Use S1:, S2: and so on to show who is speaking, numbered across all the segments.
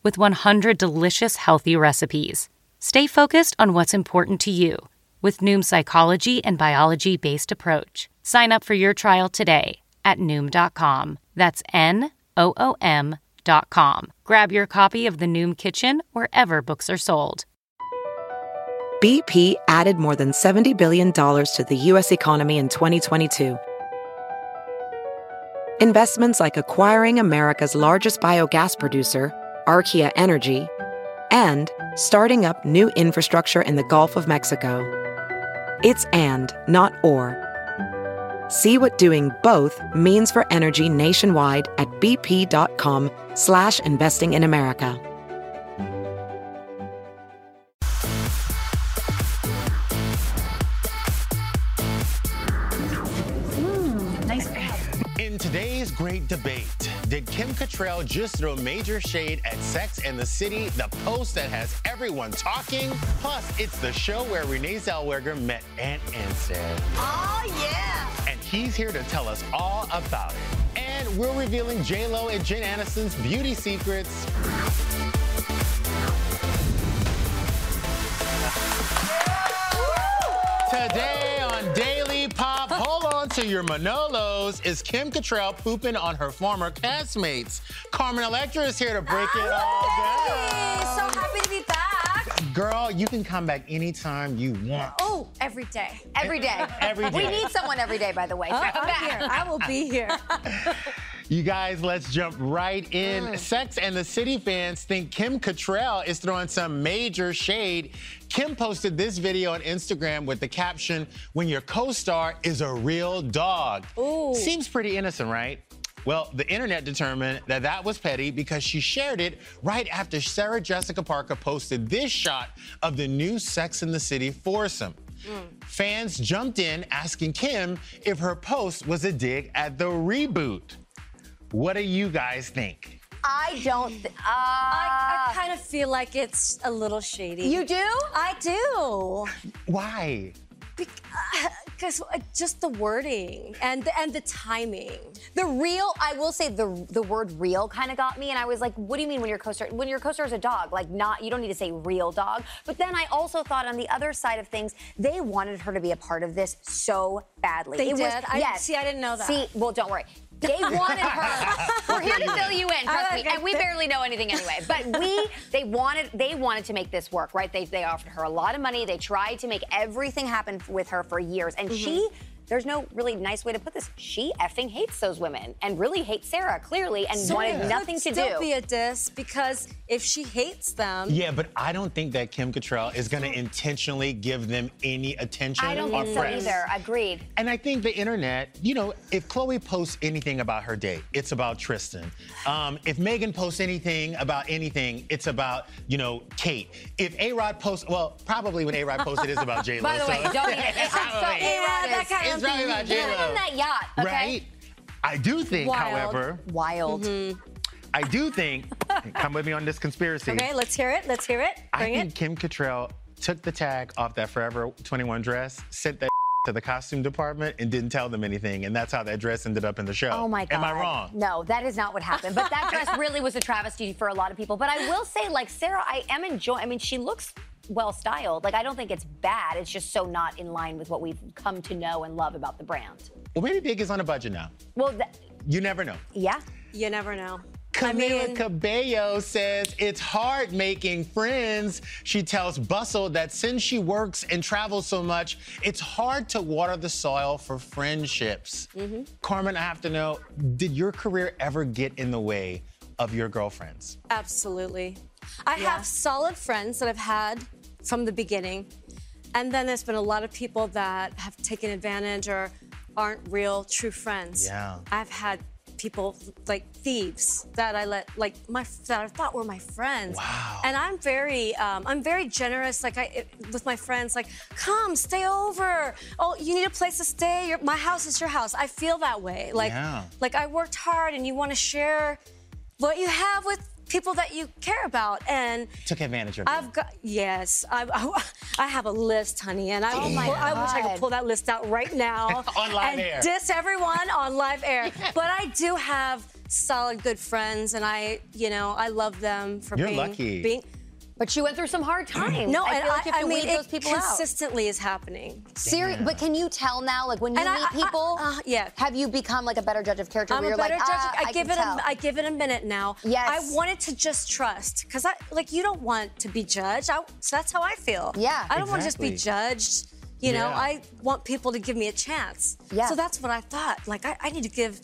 S1: with 100 delicious healthy recipes. Stay focused on what's important to you with Noom's psychology and biology based approach. Sign up for your trial today at Noom.com. That's N O O M.com. Grab your copy of The Noom Kitchen wherever books are sold.
S2: BP added more than $70 billion to the U.S. economy in 2022. Investments like acquiring America's largest biogas producer, Archaea Energy, and starting up new infrastructure in the Gulf of Mexico. It's and, not or. See what doing both means for energy nationwide at bp.com slash investing in America.
S3: In today's great debate, did Kim Cattrall just throw major shade at Sex and the City, the post that has everyone talking? Plus, it's the show where Renee Zellweger met Aunt Anstead.
S4: Oh
S3: And he's here to tell us all about it. And we're revealing J-Lo and Jen Aniston's beauty secrets. Today on Daily Pop, hold on to your Manolos, is Kim Cattrall pooping on her former castmates. Carmen Electra is here to break it all
S4: yeah!
S3: down.
S4: So happy to be back.
S3: Girl, you can come back anytime you want.
S4: Oh, every day. Every day.
S3: Every
S4: We
S3: day.
S4: need someone every day, by the way. So come back.
S5: I will be Uh, here.
S3: You guys, let's jump right in. Sex and the City fans think Kim Cattrall is throwing some major shade. Kim posted this video on Instagram with the caption, When your co star is a real dog. Seems pretty innocent, right? Well, the internet determined that that was petty because she shared it right after Sarah Jessica Parker posted this shot of the new Sex and the City foursome. Fans jumped in asking Kim if her post was a dig at the reboot. What do you guys think?
S4: I don't. Th- uh,
S5: I, I kind of feel like it's a little shady.
S4: you do?
S5: I do.
S3: Why?
S5: Because uh, just the wording and the, and the timing.
S4: The real, I will say the the word real kind of got me, and I was like, what do you mean when your co-star when your co-star is a dog? Like not you don't need to say real dog. But then I also thought on the other side of things, they wanted her to be a part of this so badly.
S5: They
S4: It was-
S5: did? I- see, I didn't know that.
S4: See, well, don't worry. They wanted her. We're here to fill you in, trust me. And we barely know anything anyway. But we, they wanted, they wanted to make this work, right? They, they offered her a lot of money. They tried to make everything happen with her for years, and she.
S5: Mm-hmm.
S4: There's no really nice way to put this. She effing hates those women and really hates Sarah clearly, and wanted nothing to
S5: Could still
S4: do.
S5: be a diss because if she hates them,
S3: Yeah, but I don't think that Kim Cattrall is going to intentionally give them any attention
S4: I don't
S3: or
S4: think so
S3: press.
S4: either. Agreed.
S3: And I think the internet, you know, if Chloe posts anything about her date, it's about Tristan. Um, if Megan posts anything about anything, it's about, you know, Kate. If A Rod posts, well, probably when A Rod posts, it is about J Lo.
S4: By the way, don't need it. It's not so
S3: Probably.
S5: Yeah,
S4: A-Rod
S5: that
S4: is-
S5: kind
S3: It's probably about
S4: Get
S3: J
S4: him
S3: Lo.
S4: on that yacht, okay?
S3: Right? I do think,
S5: Wild.
S3: however,
S4: Wild.
S3: I do think, come with me on this conspiracy.
S5: Okay, let's hear it. Let's hear it.
S3: I
S5: Bring
S3: think
S5: it.
S3: Kim Cattrall took the tag off that Forever 21 dress, sent that to the costume department, and didn't tell them anything. And that's how that dress ended up in the show.
S4: Oh my God.
S3: Am I wrong?
S4: No, that is not what happened. But that dress really was a travesty for a lot of people. But I will say, like, Sarah, I am enjoying, I mean, she looks well styled. Like, I don't think it's bad. It's just so not in line with what we've come to know and love about the brand.
S3: Well, maybe Big is on a budget now.
S4: Well, th-
S3: You never know.
S4: yeah.
S5: You never know. I
S3: Camila
S5: mean-
S3: Cabello says it's hard making friends. She tells Bustle that since she works and travels so much, it's hard to water the soil for friendships. Carmen, I have to know did your career ever get in the way of your girlfriends?
S5: Absolutely. I have solid friends that I've had from the beginning. And then there's been a lot of people that have taken advantage or aren't real true friends.
S3: Yeah.
S5: I've had people like thieves that I let like my that I thought were my friends.
S3: Wow.
S5: And I'm very um, I'm very generous like I it, with my friends like come stay over. Oh, you need a place to stay. Your, my house is your house. I feel that way. Like
S3: Yeah.
S5: like I worked hard and you want to share what you have with people that you care about and
S3: Took advantage of it.
S5: I've got yes. I, I, I have a list, honey, and I, will
S4: my
S5: pull- I wish I
S4: God.
S5: could pull that list out right now
S3: On live
S5: and
S3: air.
S5: diss everyone on live air. But I do have solid, good friends, and I, you know, I love them for
S3: You're
S5: being
S3: lucky.
S5: being.
S4: But you went through some hard times.
S5: No,
S4: I
S5: and
S4: feel like you have
S5: I, I
S4: to
S5: mean,
S4: weed those
S5: it
S4: people out.
S5: consistently is happening.
S4: Serious, but can you tell now, like when you
S5: And I-
S4: meet
S5: I- I-
S4: people,
S5: uh, yeah.
S4: have you become like a better judge of character?
S5: I'm
S4: where you're
S5: a better
S4: like,
S5: judge.
S4: ah,
S5: I give
S4: can
S5: it. A,
S4: tell.
S5: I give it a minute now.
S4: Yes.
S5: I wanted to just trust because I like you don't want to be judged. I, so that's how I feel.
S4: Yeah.
S5: I don't want to just be
S3: Exactly.
S5: judged. You know,
S3: Yeah.
S5: I want people to give me a chance.
S4: Yeah.
S5: So that's what I thought. Like I, I need to give.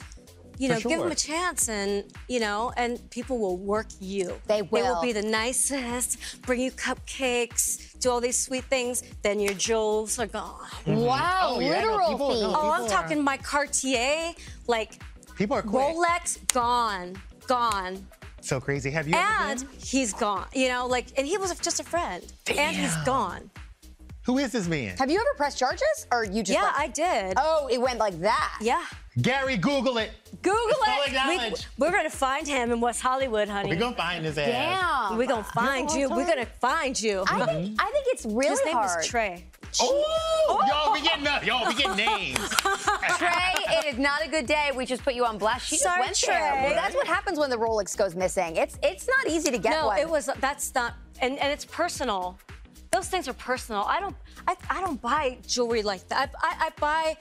S5: You
S3: For
S5: know, give them a
S3: sure.
S5: chance, and you know, and people will work you.
S4: They
S5: They
S4: will.
S5: will be the nicest. Bring you cupcakes, do all these sweet things. Then your jewels are gone.
S4: wow,
S3: Oh, yeah, no,
S4: literal
S3: people- no,
S4: thieves.
S5: Oh,
S3: People
S5: I'm
S3: are-
S5: talking my Cartier, like
S3: People are quick.
S5: Rolex gone, gone,
S3: So crazy. Have you ever
S5: and
S3: been?
S5: he's gone. You know, like, and he was just a friend, and he's
S3: Damn.
S5: gone.
S3: Who is this man?
S4: Have you ever pressed charges, or you just?
S5: Yeah,
S4: like-
S5: I did.
S4: Oh, it went like that.
S5: Yeah,
S3: Gary, Google it.
S5: Google
S3: It's
S5: it.
S3: public
S5: We,
S3: knowledge.
S5: we're gonna find him in West Hollywood, honey.
S3: We're gonna find his ass.
S4: Damn.
S5: We're gonna find you. We're gonna find you.
S4: I think I think it's really
S5: His name
S4: hard.
S5: was Trey.
S3: Oh, yo, we getting up. Yo, we getting names.
S4: Trey, it is not a good day. We just put you on blast. She
S5: Sorry,
S4: just went there.
S5: Trey.
S4: Well, that's what happens when the Rolex goes missing. It's it's not easy to get
S5: no,
S4: one.
S5: it was. That's not. And and it's personal. Those things are personal. I don't. I, I don't buy jewelry like that. I, I, I buy.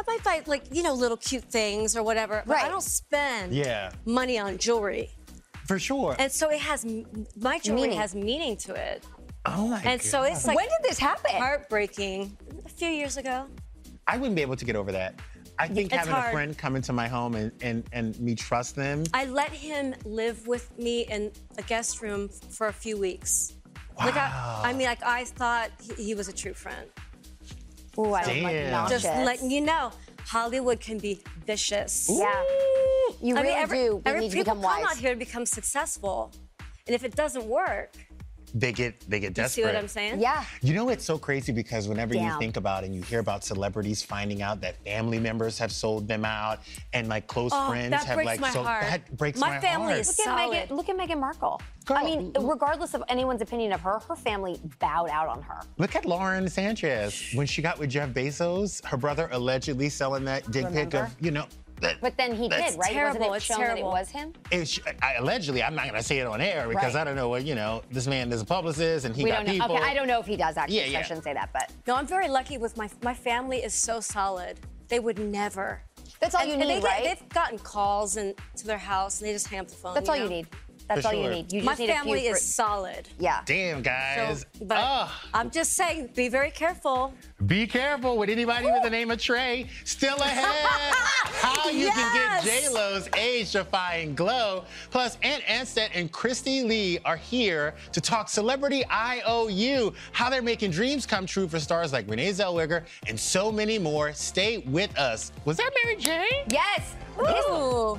S5: I might buy like you know little cute things or whatever. But I
S4: Right.
S5: don't spend
S3: Yeah.
S5: money on jewelry.
S3: For sure.
S5: And so it has m- my jewelry
S4: Meaning.
S5: has meaning to it.
S3: oh my
S5: And so it's like
S4: when did this happen?
S5: heartbreaking. A few years ago.
S3: I wouldn't be able to get over that. I think
S5: It's
S3: having a
S5: hard.
S3: friend come into my home and, and, and me trust them.
S5: I let him live with me in a guest room for a few weeks. Like I, I mean, like I thought he, he was a true friend.
S4: Ooh, I don't
S3: Damn.
S4: like
S5: Just
S4: notches.
S5: letting you know, Hollywood can be vicious.
S4: Yeah. You
S5: I
S4: really
S5: mean, every,
S4: do. We
S5: every
S4: need to
S5: people
S4: become
S5: come
S4: wise.
S5: out here to become successful, and if it doesn't work,
S3: They get they get
S5: you
S3: desperate.
S5: see what I'm saying?
S4: Yeah.
S3: You know, it's so crazy because whenever you
S4: Damn.
S3: think about and you hear about celebrities finding out that family members have sold them out and like close
S5: Oh,
S3: friends
S5: that
S3: have
S5: breaks
S3: like
S5: my
S3: sold
S5: heart.
S3: that breaks my,
S5: My family
S3: heart.
S5: is
S4: Look at,
S5: Solid.
S4: Meghan, look at Meghan Markle.
S3: Girl.
S4: I mean, regardless of anyone's opinion of her, her family bowed out on her.
S3: Look at Lauren Sanchez when she got with Jeff Bezos, her brother allegedly selling that dick pic
S4: Remember?
S3: of you know. That,
S4: But then he
S3: that's-
S4: did, right?
S5: terrible.
S4: Wasn't it
S5: It's
S4: shown
S5: terrible.
S4: that it was him?
S3: It sh- I, allegedly, I'm not gonna say it on air because
S4: Right.
S3: I don't know what you know. This man is a publicist and he
S4: we
S3: got
S4: don't know.
S3: people.
S4: Okay, I don't know if he does actually.
S3: Yeah,
S4: so
S3: yeah.
S4: I shouldn't say that, but
S5: No, I'm very lucky with my my family is so solid. They would never.
S4: that's all
S5: And-
S4: you
S5: and
S4: need,
S5: they, get-
S4: right?
S5: They've gotten calls and to their house, and they just hang up the phone.
S4: that's all you
S5: know?
S4: need. That's
S3: For
S4: all you
S3: sure.
S4: need. You
S5: My
S4: just need a
S5: family
S4: few
S5: is
S4: fr-
S5: solid.
S4: yeah.
S3: Damn, guys.
S5: but
S3: Ugh.
S5: I'm just saying, be very careful.
S3: Be careful with anybody with the name of Trey. Still ahead. How you can get
S5: Yes.
S3: J Lo's age-defying glow. Plus, Aunt Anstead and Christy Lee are here to talk celebrity IOU, how they're making dreams come true for stars like Renee Zellweger and so many more. Stay with us. Was that Mary J?
S4: Yes.
S5: Ooh.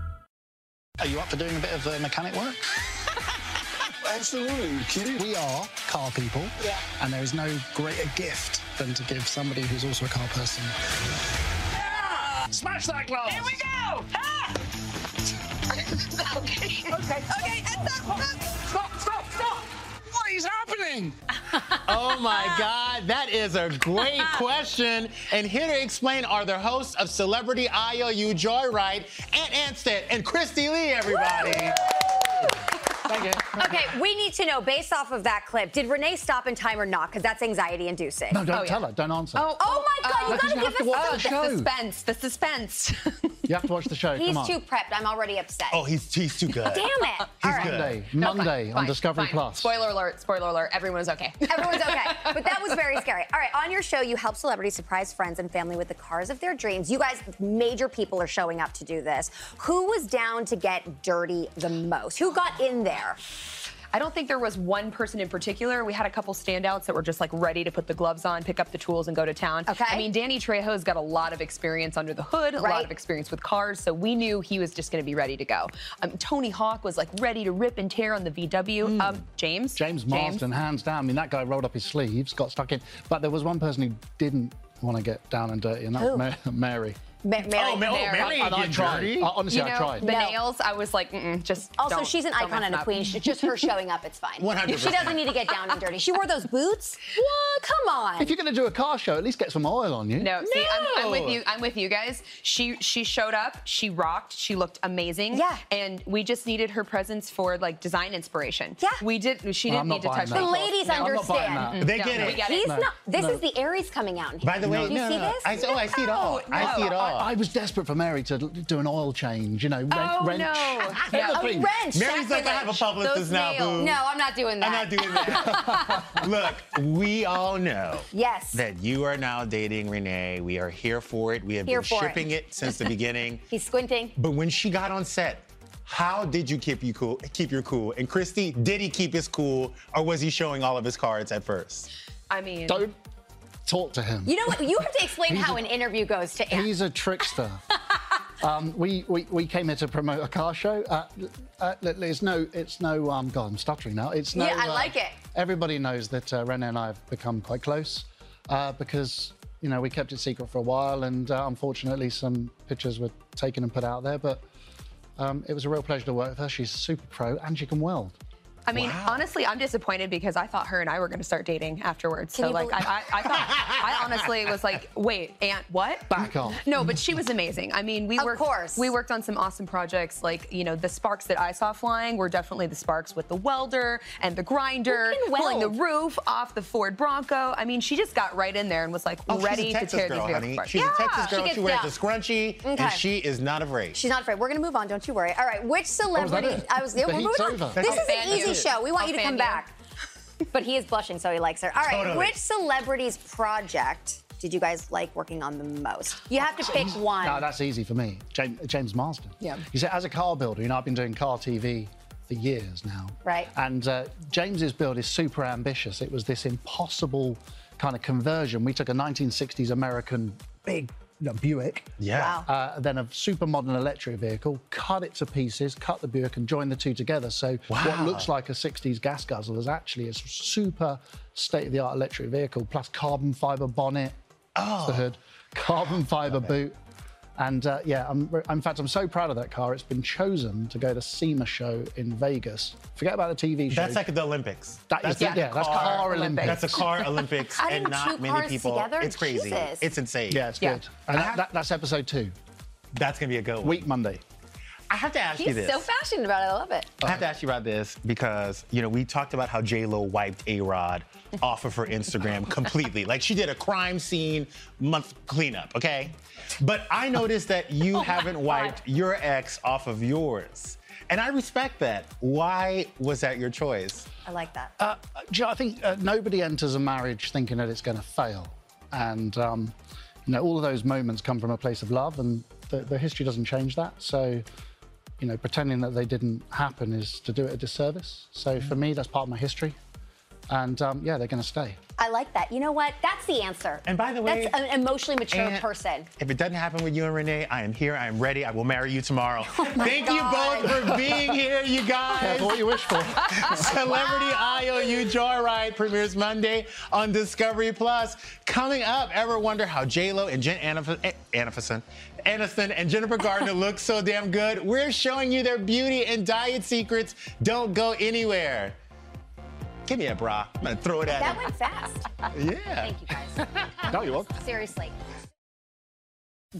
S6: Are you up for doing a bit of uh, mechanic work? Absolutely. We are car people, and there is no greater gift than to give somebody who's also a car person. Smash that glass! Here we go! Ah! okay. Okay. Okay. Stop! Stop! Stop! What is happening?
S3: Oh my God, that is a great question. And here to explain are the hosts of Celebrity IOU Joyride, Aunt Anstead and Christy Lee, everybody. Thank you.
S4: Okay, we need to know based off of that clip, did Renee stop in time or not? Because that's anxiety inducing.
S7: Oh,
S6: No, don't tell her. Don't answer.
S4: Oh my God, you
S6: Because
S4: gotta
S6: you
S4: give
S6: have
S4: us
S6: to watch the
S4: something.
S6: show.
S8: suspense. The suspense.
S6: You have to watch the show.
S4: He's
S6: Come on.
S4: too prepped. I'm already upset.
S3: Oh, he's he's too good.
S4: Damn it. All right.
S6: Monday, Monday on Discovery Plus.
S7: Spoiler alert, spoiler alert, everyone's okay.
S4: Everyone's okay. But that was very scary. All right, on your show, you help celebrities surprise friends and family with the cars of their dreams. You guys, major people are showing up to do this. Who was down to get dirty the most? Who got in there?
S7: I don't think there was one person in particular. We had a couple standouts that were just like ready to put the gloves on, pick up the tools, and go to town.
S4: Okay.
S7: I mean, Danny Trejo's got a lot of experience under the hood, a
S4: Right.
S7: lot of experience with cars, so we knew he was just going to be ready to go. Um, Tony Hawk was like ready to rip and tear on the VW.
S4: Mm.
S7: Um, James.
S6: James Marsden, hands down. I mean, that guy rolled up his sleeves, got stuck in. But there was one person who didn't want to get down and dirty, and that was Ma- Mary.
S4: Ma- Mary.
S3: Oh, Ma- oh,
S7: Mary.
S3: Mary
S6: And I
S3: getting
S6: tried.
S3: dirty.
S6: I, honestly,
S7: You
S6: I
S7: know,
S6: tried.
S7: the nails. I was like, Mm-mm, just.
S4: Also,
S7: don't-
S4: she's an
S7: don't
S4: icon
S7: mess
S4: and a
S7: up.
S4: queen. She- Just her showing up, it's fine.
S3: 100%.
S4: She doesn't need to get down and dirty. She wore those boots? What? Come on.
S6: If you're going to do a car show, at least get some oil on you.
S7: No, see, I'm, I'm
S3: No.
S7: with you. I'm with you guys. She she showed up. She rocked. She looked amazing.
S4: Yeah.
S7: And we just needed her presence for like design inspiration.
S4: Yeah.
S7: We did. She
S6: Well, I'm
S7: didn't
S6: not
S7: need to
S6: buying
S7: touch
S6: that.
S7: the
S6: The
S7: clothes.
S4: ladies
S7: No.
S6: I'm not buying
S4: understand.
S6: that.
S3: They
S7: No,
S3: get
S7: no,
S3: it.
S7: we get
S4: He's
S7: No.
S4: not. This
S6: no.
S4: is the Aries coming out. Here.
S3: By the way,
S4: Do you
S3: no,
S4: see
S3: no, no.
S4: this?
S3: I, s- oh, I see it all. I
S7: No.
S3: see it all.
S6: I was desperate for Mary to l- do an oil change, you know, wrench.
S7: Oh,
S6: wrench.
S7: no. Oh,
S4: A
S6: Everything.
S4: wrench.
S3: Mary's like, I have a publicist
S7: Those
S3: now, boo.
S7: nails.
S4: No, I'm not doing that.
S3: I'm not doing that. Look, we all know
S4: Yes.
S3: that you are now dating Renee. We are here for it. We have
S4: Here
S3: been
S4: for it.
S3: shipping it. since the beginning.
S4: He's squinting.
S3: But when she got on set, how did you keep you cool? Keep your cool. And Christy, did he keep his cool, or was he showing all of his cards at first?
S7: I mean,
S6: Don't talk to him.
S4: You know what? You have to explain how an interview goes to Anne.
S6: He's a trickster. um, we, we we came here to promote a car show. Uh, uh, there's no, it's no. Um, God, I'm stuttering now. It's no.
S4: Yeah, I
S6: uh,
S4: like it.
S6: Everybody knows that uh, Renee and I have become quite close uh, because you know we kept it secret for a while, and uh, unfortunately some pictures were taken and put out there, but. Um, it was a real pleasure to work with her. She's super pro and she can weld.
S7: I mean, honestly, I'm disappointed because I thought her and I were going to start dating afterwards. so,
S4: you
S7: like,
S4: believe-
S7: I, I, I thought, I honestly was like, wait, Aunt, what?
S6: Back off.
S7: No, but she was amazing. I mean, we
S4: Of
S7: worked,
S4: course.
S7: we worked on some awesome projects. Like, you know, the sparks that I saw flying were definitely the sparks with the welder and the grinder,
S4: Who can
S7: pulling the
S4: weld?
S7: roof off the Ford Bronco. I mean, she just got right in there and was like
S3: Oh,
S7: ready
S3: she's a
S7: to
S3: Texas
S7: tear
S3: girl,
S7: these
S3: honey.
S7: apart.
S3: She's
S7: yeah.
S3: a Texas
S4: she
S3: girl. She,
S4: gets
S3: wears
S4: down.
S3: a scrunchy,
S4: Okay.
S3: and she is not afraid.
S4: She's not afraid. We're gonna move on. Don't you worry. All right. Which celebrity?
S6: it?
S4: I was. Yeah,
S6: The
S4: we're
S6: heat's
S4: moving on.
S6: over.
S4: This
S7: I'll
S4: is an
S7: fan
S4: easy
S7: you.
S4: show. We want
S7: I'll
S4: you to
S7: fan
S4: come
S7: you.
S4: back. But he is blushing, so he likes her. All right.
S3: Totally.
S4: Which celebrity's project did you guys like working on the most? You have to pick one.
S6: No, that's easy for me. James, James Marsden.
S7: Yeah.
S6: You see, as a car builder, you know, I've been doing car TV for years now.
S4: Right.
S6: And uh, James's build is super ambitious. It was this impossible kind of conversion. We took a 1960s American big you know, Buick.
S3: Yeah.
S6: Uh, then a super modern electric vehicle, cut it to pieces, cut the Buick, and join the two together. So what
S3: Wow.
S6: looks like a 60s gas guzzle is actually a super state-of-the-art electric vehicle, plus carbon fibre bonnet, oh. the hood, carbon fibre boot, and uh, yeah, I'm, re- in fact, I'm so proud of that car. It's been chosen to go to SEMA show in Vegas. Forget about the TV show.
S3: That's like the Olympics.
S6: That is-
S3: like
S6: yeah, that's car Olympics.
S3: That's a car Olympics,
S4: How do
S3: and
S4: two
S3: not many
S4: cars
S3: people.
S4: together?
S3: It's crazy.
S4: Jesus.
S3: It's insane.
S6: yeah, it's
S7: Yeah.
S6: good. And that, that, that's episode two,
S3: That's gonna be a good one.
S6: week Monday.
S3: I have to ask you
S4: He's
S3: this.
S4: so passionate about it. I love it.
S3: I have to ask you about this because you know we talked about how J Lo wiped A Rod off of her Instagram completely. Like she did a crime scene month cleanup, okay? But I noticed that
S4: Oh
S3: you haven't wiped your ex off of yours, and I respect that. Why was that your choice?
S4: I like that.
S6: Uh, do you know, I think uh, nobody enters a marriage thinking that it's going to fail, and um, you know all of those moments come from a place of love, and the, the history doesn't change that. So, you know, pretending that they didn't happen is to do it a disservice. So for me, that's part of my history, and um, yeah, they're going to stay.
S4: I like that. You know what? That's the answer.
S3: And by the way,
S4: that's an emotionally mature
S3: And
S4: person.
S3: If it doesn't happen with you and Renee, I am here. I am ready. I will marry you tomorrow. Thank
S4: Oh God.
S3: you both for being here, you guys.
S6: Careful what you wish for.
S3: Celebrity IOU Joyride premieres Monday on Discovery Plus. Coming up, ever wonder how J-Lo and Jen Anif- eh, Anifison, Aniston and Jennifer Gardner look so damn good? We're showing you their beauty and diet secrets. Don't go anywhere. Give me a bra. I'm gonna throw it at
S4: That
S3: him.
S4: went fast.
S3: Yeah.
S4: Thank you guys.
S6: no, you're welcome.
S4: Seriously.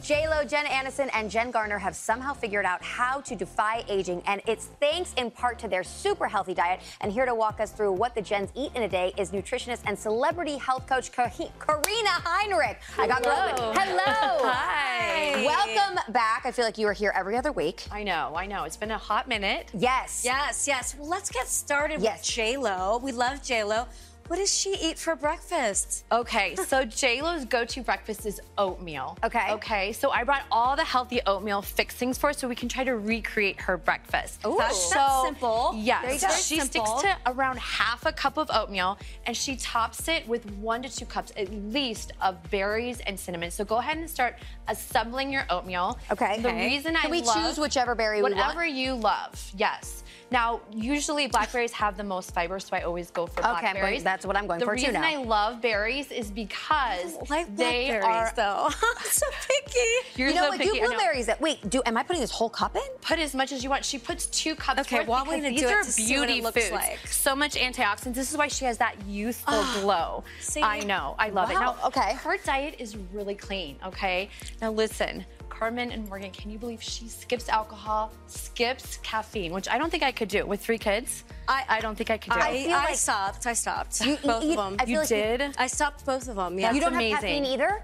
S4: J-Lo, Jen Aniston, and Jen Garner have somehow figured out how to defy aging, and it's thanks in part to their super healthy diet. And here to walk us through what the Jens eat in a day is nutritionist and celebrity health coach Kahi- Karina Heinrich. I got Hello. Hello.
S7: Hi.
S4: Welcome back. I feel like you are here every other week.
S7: I know, I know. It's been a hot minute.
S4: Yes.
S5: Yes, yes. Well, let's get started
S4: Yes.
S5: with J Lo. We love J Lo. What does she eat for breakfast?
S7: Okay, so JLo's go-to breakfast is oatmeal.
S4: Okay.
S7: Okay, so I brought all the healthy oatmeal fixings for her so we can try to recreate her breakfast.
S4: Ooh. That's-
S5: that's simple.
S7: Yes.
S5: There you go.
S7: She
S5: Very simple.
S7: sticks to around half a cup of oatmeal and she tops it with one to two cups at least of berries and cinnamon. So go ahead and start assembling your oatmeal.
S4: Okay.
S7: The
S4: Okay.
S7: reason
S4: Can
S7: I
S4: we
S7: love-
S4: choose whichever berry we want?
S7: whatever you love. Yes. Now, usually blackberries have the most fiber, so I always go for
S4: Okay, I'm going-
S7: blackberries.
S4: that's what I'm going
S7: the
S4: for too
S7: reason
S4: now.
S7: I love berries is because
S5: Oh, Like
S7: they
S5: blackberries,
S7: are.
S5: though. I'm so picky.
S7: You're
S4: You know
S7: so
S4: what?
S7: picky. I
S4: do
S7: know.
S4: blueberries. At, wait, do am I putting this whole cup in?
S7: Put as much as you want. She puts two cups.
S5: Okay,
S7: worth
S5: well, I'm
S7: because
S5: gonna
S7: these
S5: do it
S7: are
S5: to see what it
S7: beauty
S5: looks
S7: foods.
S5: like. Ah,
S7: So much antioxidants. This is why she has that youthful glow.
S5: see?
S7: I know. I love it.
S4: Wow,
S7: Now,
S4: okay.
S7: Her diet is really clean. Okay. Now listen, Carmen and Morgan, can you believe she skips alcohol, skips caffeine, which I don't think I could do with three kids. I, I don't think I could do.
S5: I,
S4: feel
S5: I
S4: like-
S5: stopped. I stopped.
S4: You-
S5: both
S4: you-
S5: of them.
S4: I feel
S7: you
S4: like you-
S7: did.
S5: I stopped both of them. Yeah.
S4: you don't
S7: amazing.
S4: have caffeine either.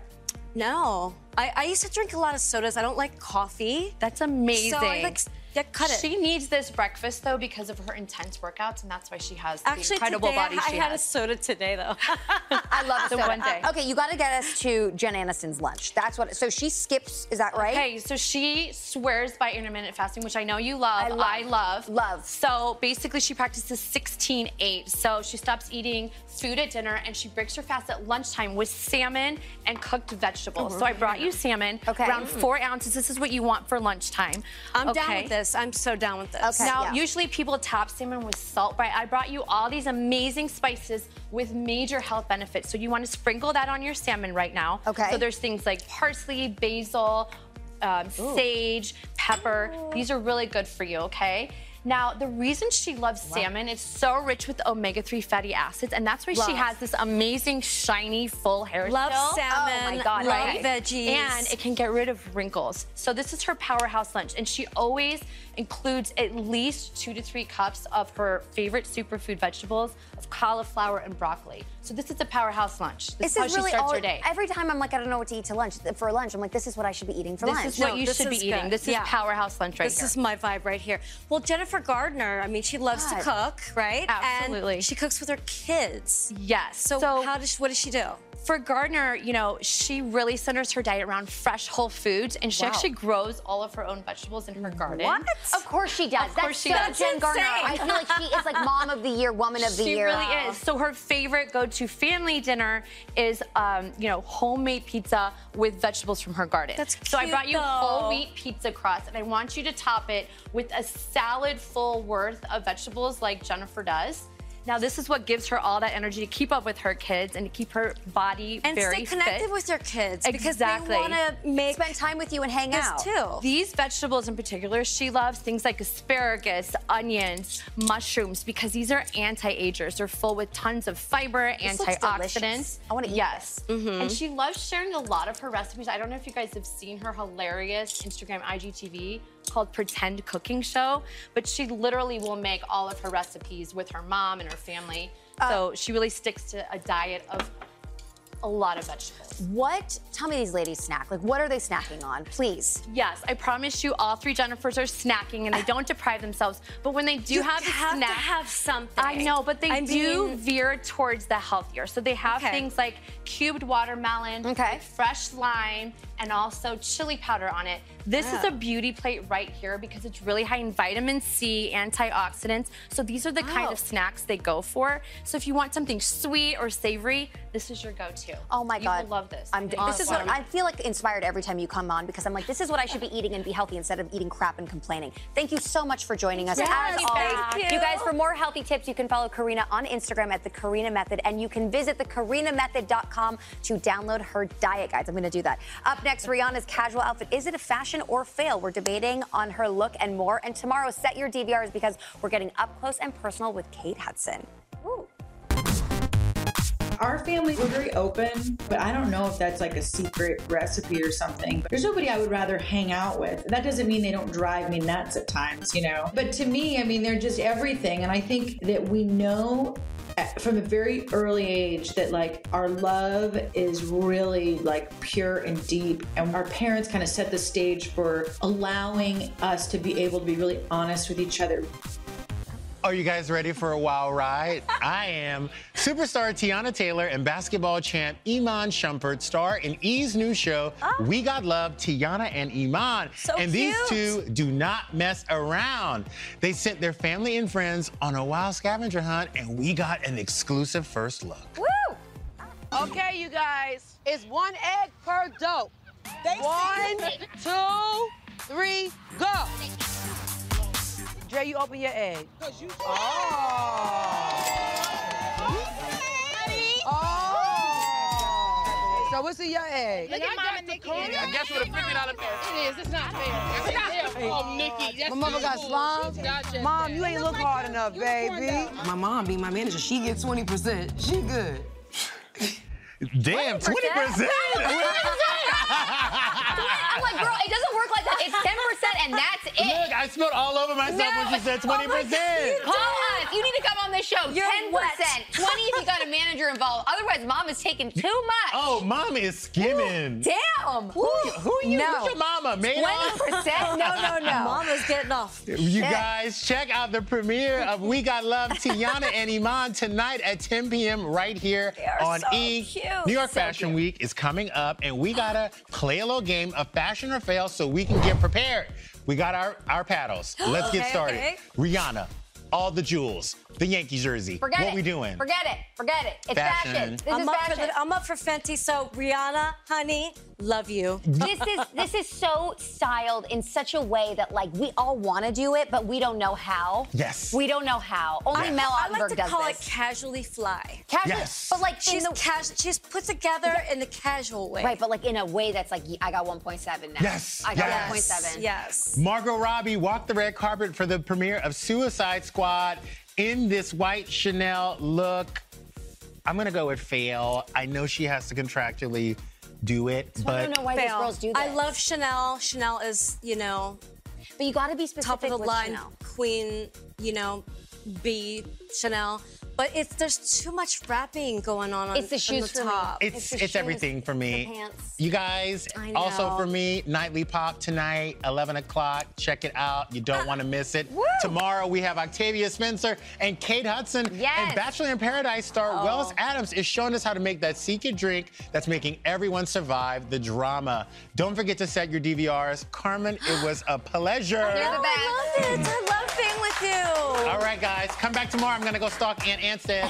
S5: No. I, I used to drink a lot of sodas. I don't like coffee.
S7: That's amazing.
S5: So I like yeah, cut it.
S7: She needs this breakfast though because of her intense workouts, and that's why she has the
S5: Actually,
S7: incredible
S5: today, I-
S7: body
S5: I,
S7: she
S5: had a
S7: has.
S5: soda today though.
S4: I love it.
S7: The one day.
S4: okay, you got to get us to Jen Aniston's lunch. That's what. So she skips. Is that right?
S7: Okay, so she swears by intermittent fasting, which I know you love.
S4: I love.
S7: I love.
S4: Love.
S7: So basically, she practices 16 8. So she stops eating food at dinner and she breaks her fast at lunchtime with salmon and cooked vegetables. So I brought you salmon,
S4: Okay.
S7: around four ounces. This is what you want for lunchtime.
S5: I'm down
S7: Okay?
S5: with this. I'm so down with this.
S4: Mm. Okay.
S7: Now,
S4: yeah.
S7: usually people top salmon with salt, but I brought you all these amazing spices with major health benefits. So you want to sprinkle that on your salmon right now.
S4: Okay.
S7: So there's things like parsley, basil, um, sage, pepper. These are really good for you, okay? Now, the reason she loves salmon, it's so rich with omega 3 fatty acids, and that's why she has this amazing, shiny, full hair.
S5: Love
S7: still.
S5: salmon,
S7: Oh my God,
S5: love
S7: right?
S5: veggies.
S7: And it can get rid of wrinkles. So this is her powerhouse lunch, and she always includes at least two to three cups of her favorite superfood vegetables of cauliflower and broccoli. So this is a powerhouse lunch. This, is how she starts
S4: all-
S7: her day.
S4: Every time I'm like, I don't know what to eat to lunch. For lunch, I'm like, this is what I should be eating for
S7: this
S4: lunch.
S7: is what
S5: No,
S7: you
S5: this
S7: should be
S5: is
S7: eating.
S5: good.
S7: This is
S5: Yeah.
S7: powerhouse lunch right
S5: this
S7: here.
S5: is my vibe right here. Well, Jennifer Gardner, I mean, she loves to
S4: God.
S5: cook, right?
S7: Absolutely.
S5: And she cooks with her kids.
S7: yes.
S5: So, how does she, what does she do?
S7: for Gardner, you know, she really centers her diet around fresh whole foods, and she actually grows all of her own vegetables in her garden.
S5: What?
S4: of course she does.
S7: Of
S4: That's
S7: course she
S4: so
S7: does.
S4: Jen Garner. I
S7: That's
S4: feel like she is like mom of the year, woman of the
S7: She
S4: year.
S7: really is. So her favorite go-to family dinner is, um, you know, homemade pizza with vegetables from her garden.
S5: That's
S7: So I
S5: cute,
S7: brought you
S5: though.
S7: whole wheat pizza crust, and I want you to top it with a salad full worth of vegetables, like Jennifer does. Now this is what gives her all that energy to keep up with her kids and to keep her body
S5: And
S7: very
S5: stay connected
S7: fit.
S5: with your kids because
S7: Exactly.
S5: they want to make
S4: Spend time with you and hang
S5: this
S4: out.
S5: too.
S7: These vegetables in particular, she loves things like asparagus, onions, mushrooms, because these are anti-agers. They're full with tons of fiber,
S4: This looks delicious.
S7: antioxidants.
S4: I wanna eat Mm-hmm.
S7: Yes. And she loves sharing a lot of her recipes. I don't know if you guys have seen her hilarious Instagram IGTV called Pretend Cooking Show, but she literally will make all of her recipes with her mom and her family.
S4: Uh,
S7: so she really sticks to a diet of a lot of vegetables.
S4: What? Tell me these ladies snack. Like, what are they snacking on? Please.
S7: Yes, I promise you, all three Jennifers are snacking and they don't deprive themselves. But when they do
S5: You
S7: have,
S5: have
S7: a
S5: to
S7: snack,
S5: have something.
S7: I know, but they
S5: I
S7: do
S5: mean-
S7: veer towards the healthier. So they have
S5: Okay.
S7: things like cubed watermelon,
S4: Okay.
S7: fresh lime, and also chili powder on it. This is
S4: Oh.
S7: a beauty plate right here because it's really high in vitamin C, antioxidants. So these are the kind
S4: Oh.
S7: of snacks they go for. So if you want something sweet or savory, this is your go-to.
S4: Oh my
S7: you
S4: God.
S7: will love this.
S4: I'm.
S7: It
S4: This is what
S7: awesome.
S4: I feel like inspired every time you come on because I'm like, this is what I should be eating and be healthy instead of eating crap and complaining. Thank you so much for joining us.
S7: Yes,
S4: As
S7: thank
S4: always,
S7: you.
S4: you guys. For more healthy tips, you can follow Karina on Instagram at the Karina Method, and you can visit thekarinamethod.com to download her diet guides. I'm going to do that. Up next, Rihanna's casual outfit. Is it a fashion or fail? We're debating on her look and more. And tomorrow, set your DVRs because we're getting up close and personal with Kate Hudson.
S7: Our family, we're very open, but I don't know if that's like a secret recipe or something. But there's nobody I would rather hang out with. That doesn't mean they don't drive me nuts at times, you know? But to me, I mean, they're just everything. And I think that we know at- from a very early age that like our love is really like pure and deep and our parents kind of set the stage for allowing us to be able to be really honest with each other
S3: Are you guys ready for a wild ride? I am. Superstar Tiana Taylor and basketball champ Iman Shumpert star in E's new show, We Got Love, Tiana and Iman.
S1: So
S3: and these two
S1: cute.
S3: do not mess around. They sent their family and friends on a wild scavenger hunt, and we got an exclusive first look.
S9: Woo! Okay, you guys, it's one egg per dope. one, two, three, go. Dre, you open your egg. Cause you.
S6: Oh!
S9: Oh. So what's in your egg?
S1: Look at my Nikki. I guess with a fifty dollar bill. It is. It's not fair. It's not fair. Oh, Nikki. That's
S9: my mother got
S1: evil. She got
S9: slime.
S1: your
S9: Mom,
S1: back.
S9: you ain't look hard enough, baby.
S10: My mom being my manager, she gets 20%. She good.
S3: Damn, 20%?
S4: I'm like, girl, it doesn't work like that. It's 10% and that's it.
S3: Look, I spilled all over myself when she
S4: oh
S3: said 20%.
S4: Call us. You need to come on this show.
S3: You're
S4: 10%.
S3: wet.
S4: 20 if you got a manager involved. Otherwise, mom is taking too much.
S3: Oh, mom is skimming.
S4: Damn. Who,
S3: who are you? Who's your mama, Maynard?
S4: 20%? No, no, no.
S5: Mama's getting off.
S3: You guys, check out the premiere of We Got Love, Tiana and Iman, tonight at 10 p.m. right here
S1: are
S3: on
S1: so
S3: E.
S1: cute.
S3: New York
S1: So
S3: Fashion Week is coming up, and we gotta play a little game of fashion or fail so we can get prepared. We got our, our paddles. Let's get
S4: Okay,
S3: started.
S4: okay.
S3: Rihanna, all the jewels, the Yankee jersey.
S4: Forget
S3: what
S4: it.
S3: we doing?
S4: Forget it. Forget it.
S3: It's fashion. fashion. This
S5: I'm
S4: is
S5: up For
S4: fashion.
S5: the, I'm up for Fenty, so Rihanna, honey, love you.
S4: this is this is so styled in such a way that like we all want to do it, but we don't know how.
S5: Yes.
S4: We don't know how. Only
S5: I,
S4: Mel
S5: I like
S4: Ottenberg
S5: to
S4: does
S5: call
S4: this.
S5: it casually fly.
S4: Casually- Yes. but, like, in
S5: she's
S4: the-
S5: casual, she's put together in the casual way.
S4: Right, but like in a way that's like I got 1.7 now.
S3: Yes,
S4: I got
S3: yes.
S4: 1.7.
S5: Yes.
S3: Margot Robbie walked the red carpet for the premiere of Suicide Squad in this white Chanel look. I'm gonna go with fail. I know she has to contractually do it, but
S4: these girls do
S5: I
S4: this.
S5: love Chanel. Chanel is, you know.
S4: But you gotta be
S5: Top of
S4: specific
S5: the
S4: with
S5: line,
S4: Chanel.
S5: queen, you know, B, Chanel. But it's there's too much wrapping going on on
S4: It's the
S5: on
S4: shoes for me.
S5: top.
S3: it's it's, everything for me.
S5: the pants.
S3: You guys,
S5: I
S3: also
S5: know.
S3: for me, nightly pop tonight, 11 o'clock. Check it out. You
S5: Uh,
S3: don't want to miss it. Tomorrow we have Octavia Spencer and Kate Hudson. And Bachelor in Paradise
S5: Oh.
S3: star Wells Adams is showing us how to make that secret drink that's making everyone survive the drama. Don't forget to set your DVRs. Carmen, it was a pleasure.
S5: Oh, I loved it. I love being with you.
S3: All right, guys, come back tomorrow. I'm gonna go stalk Aunt Anstead.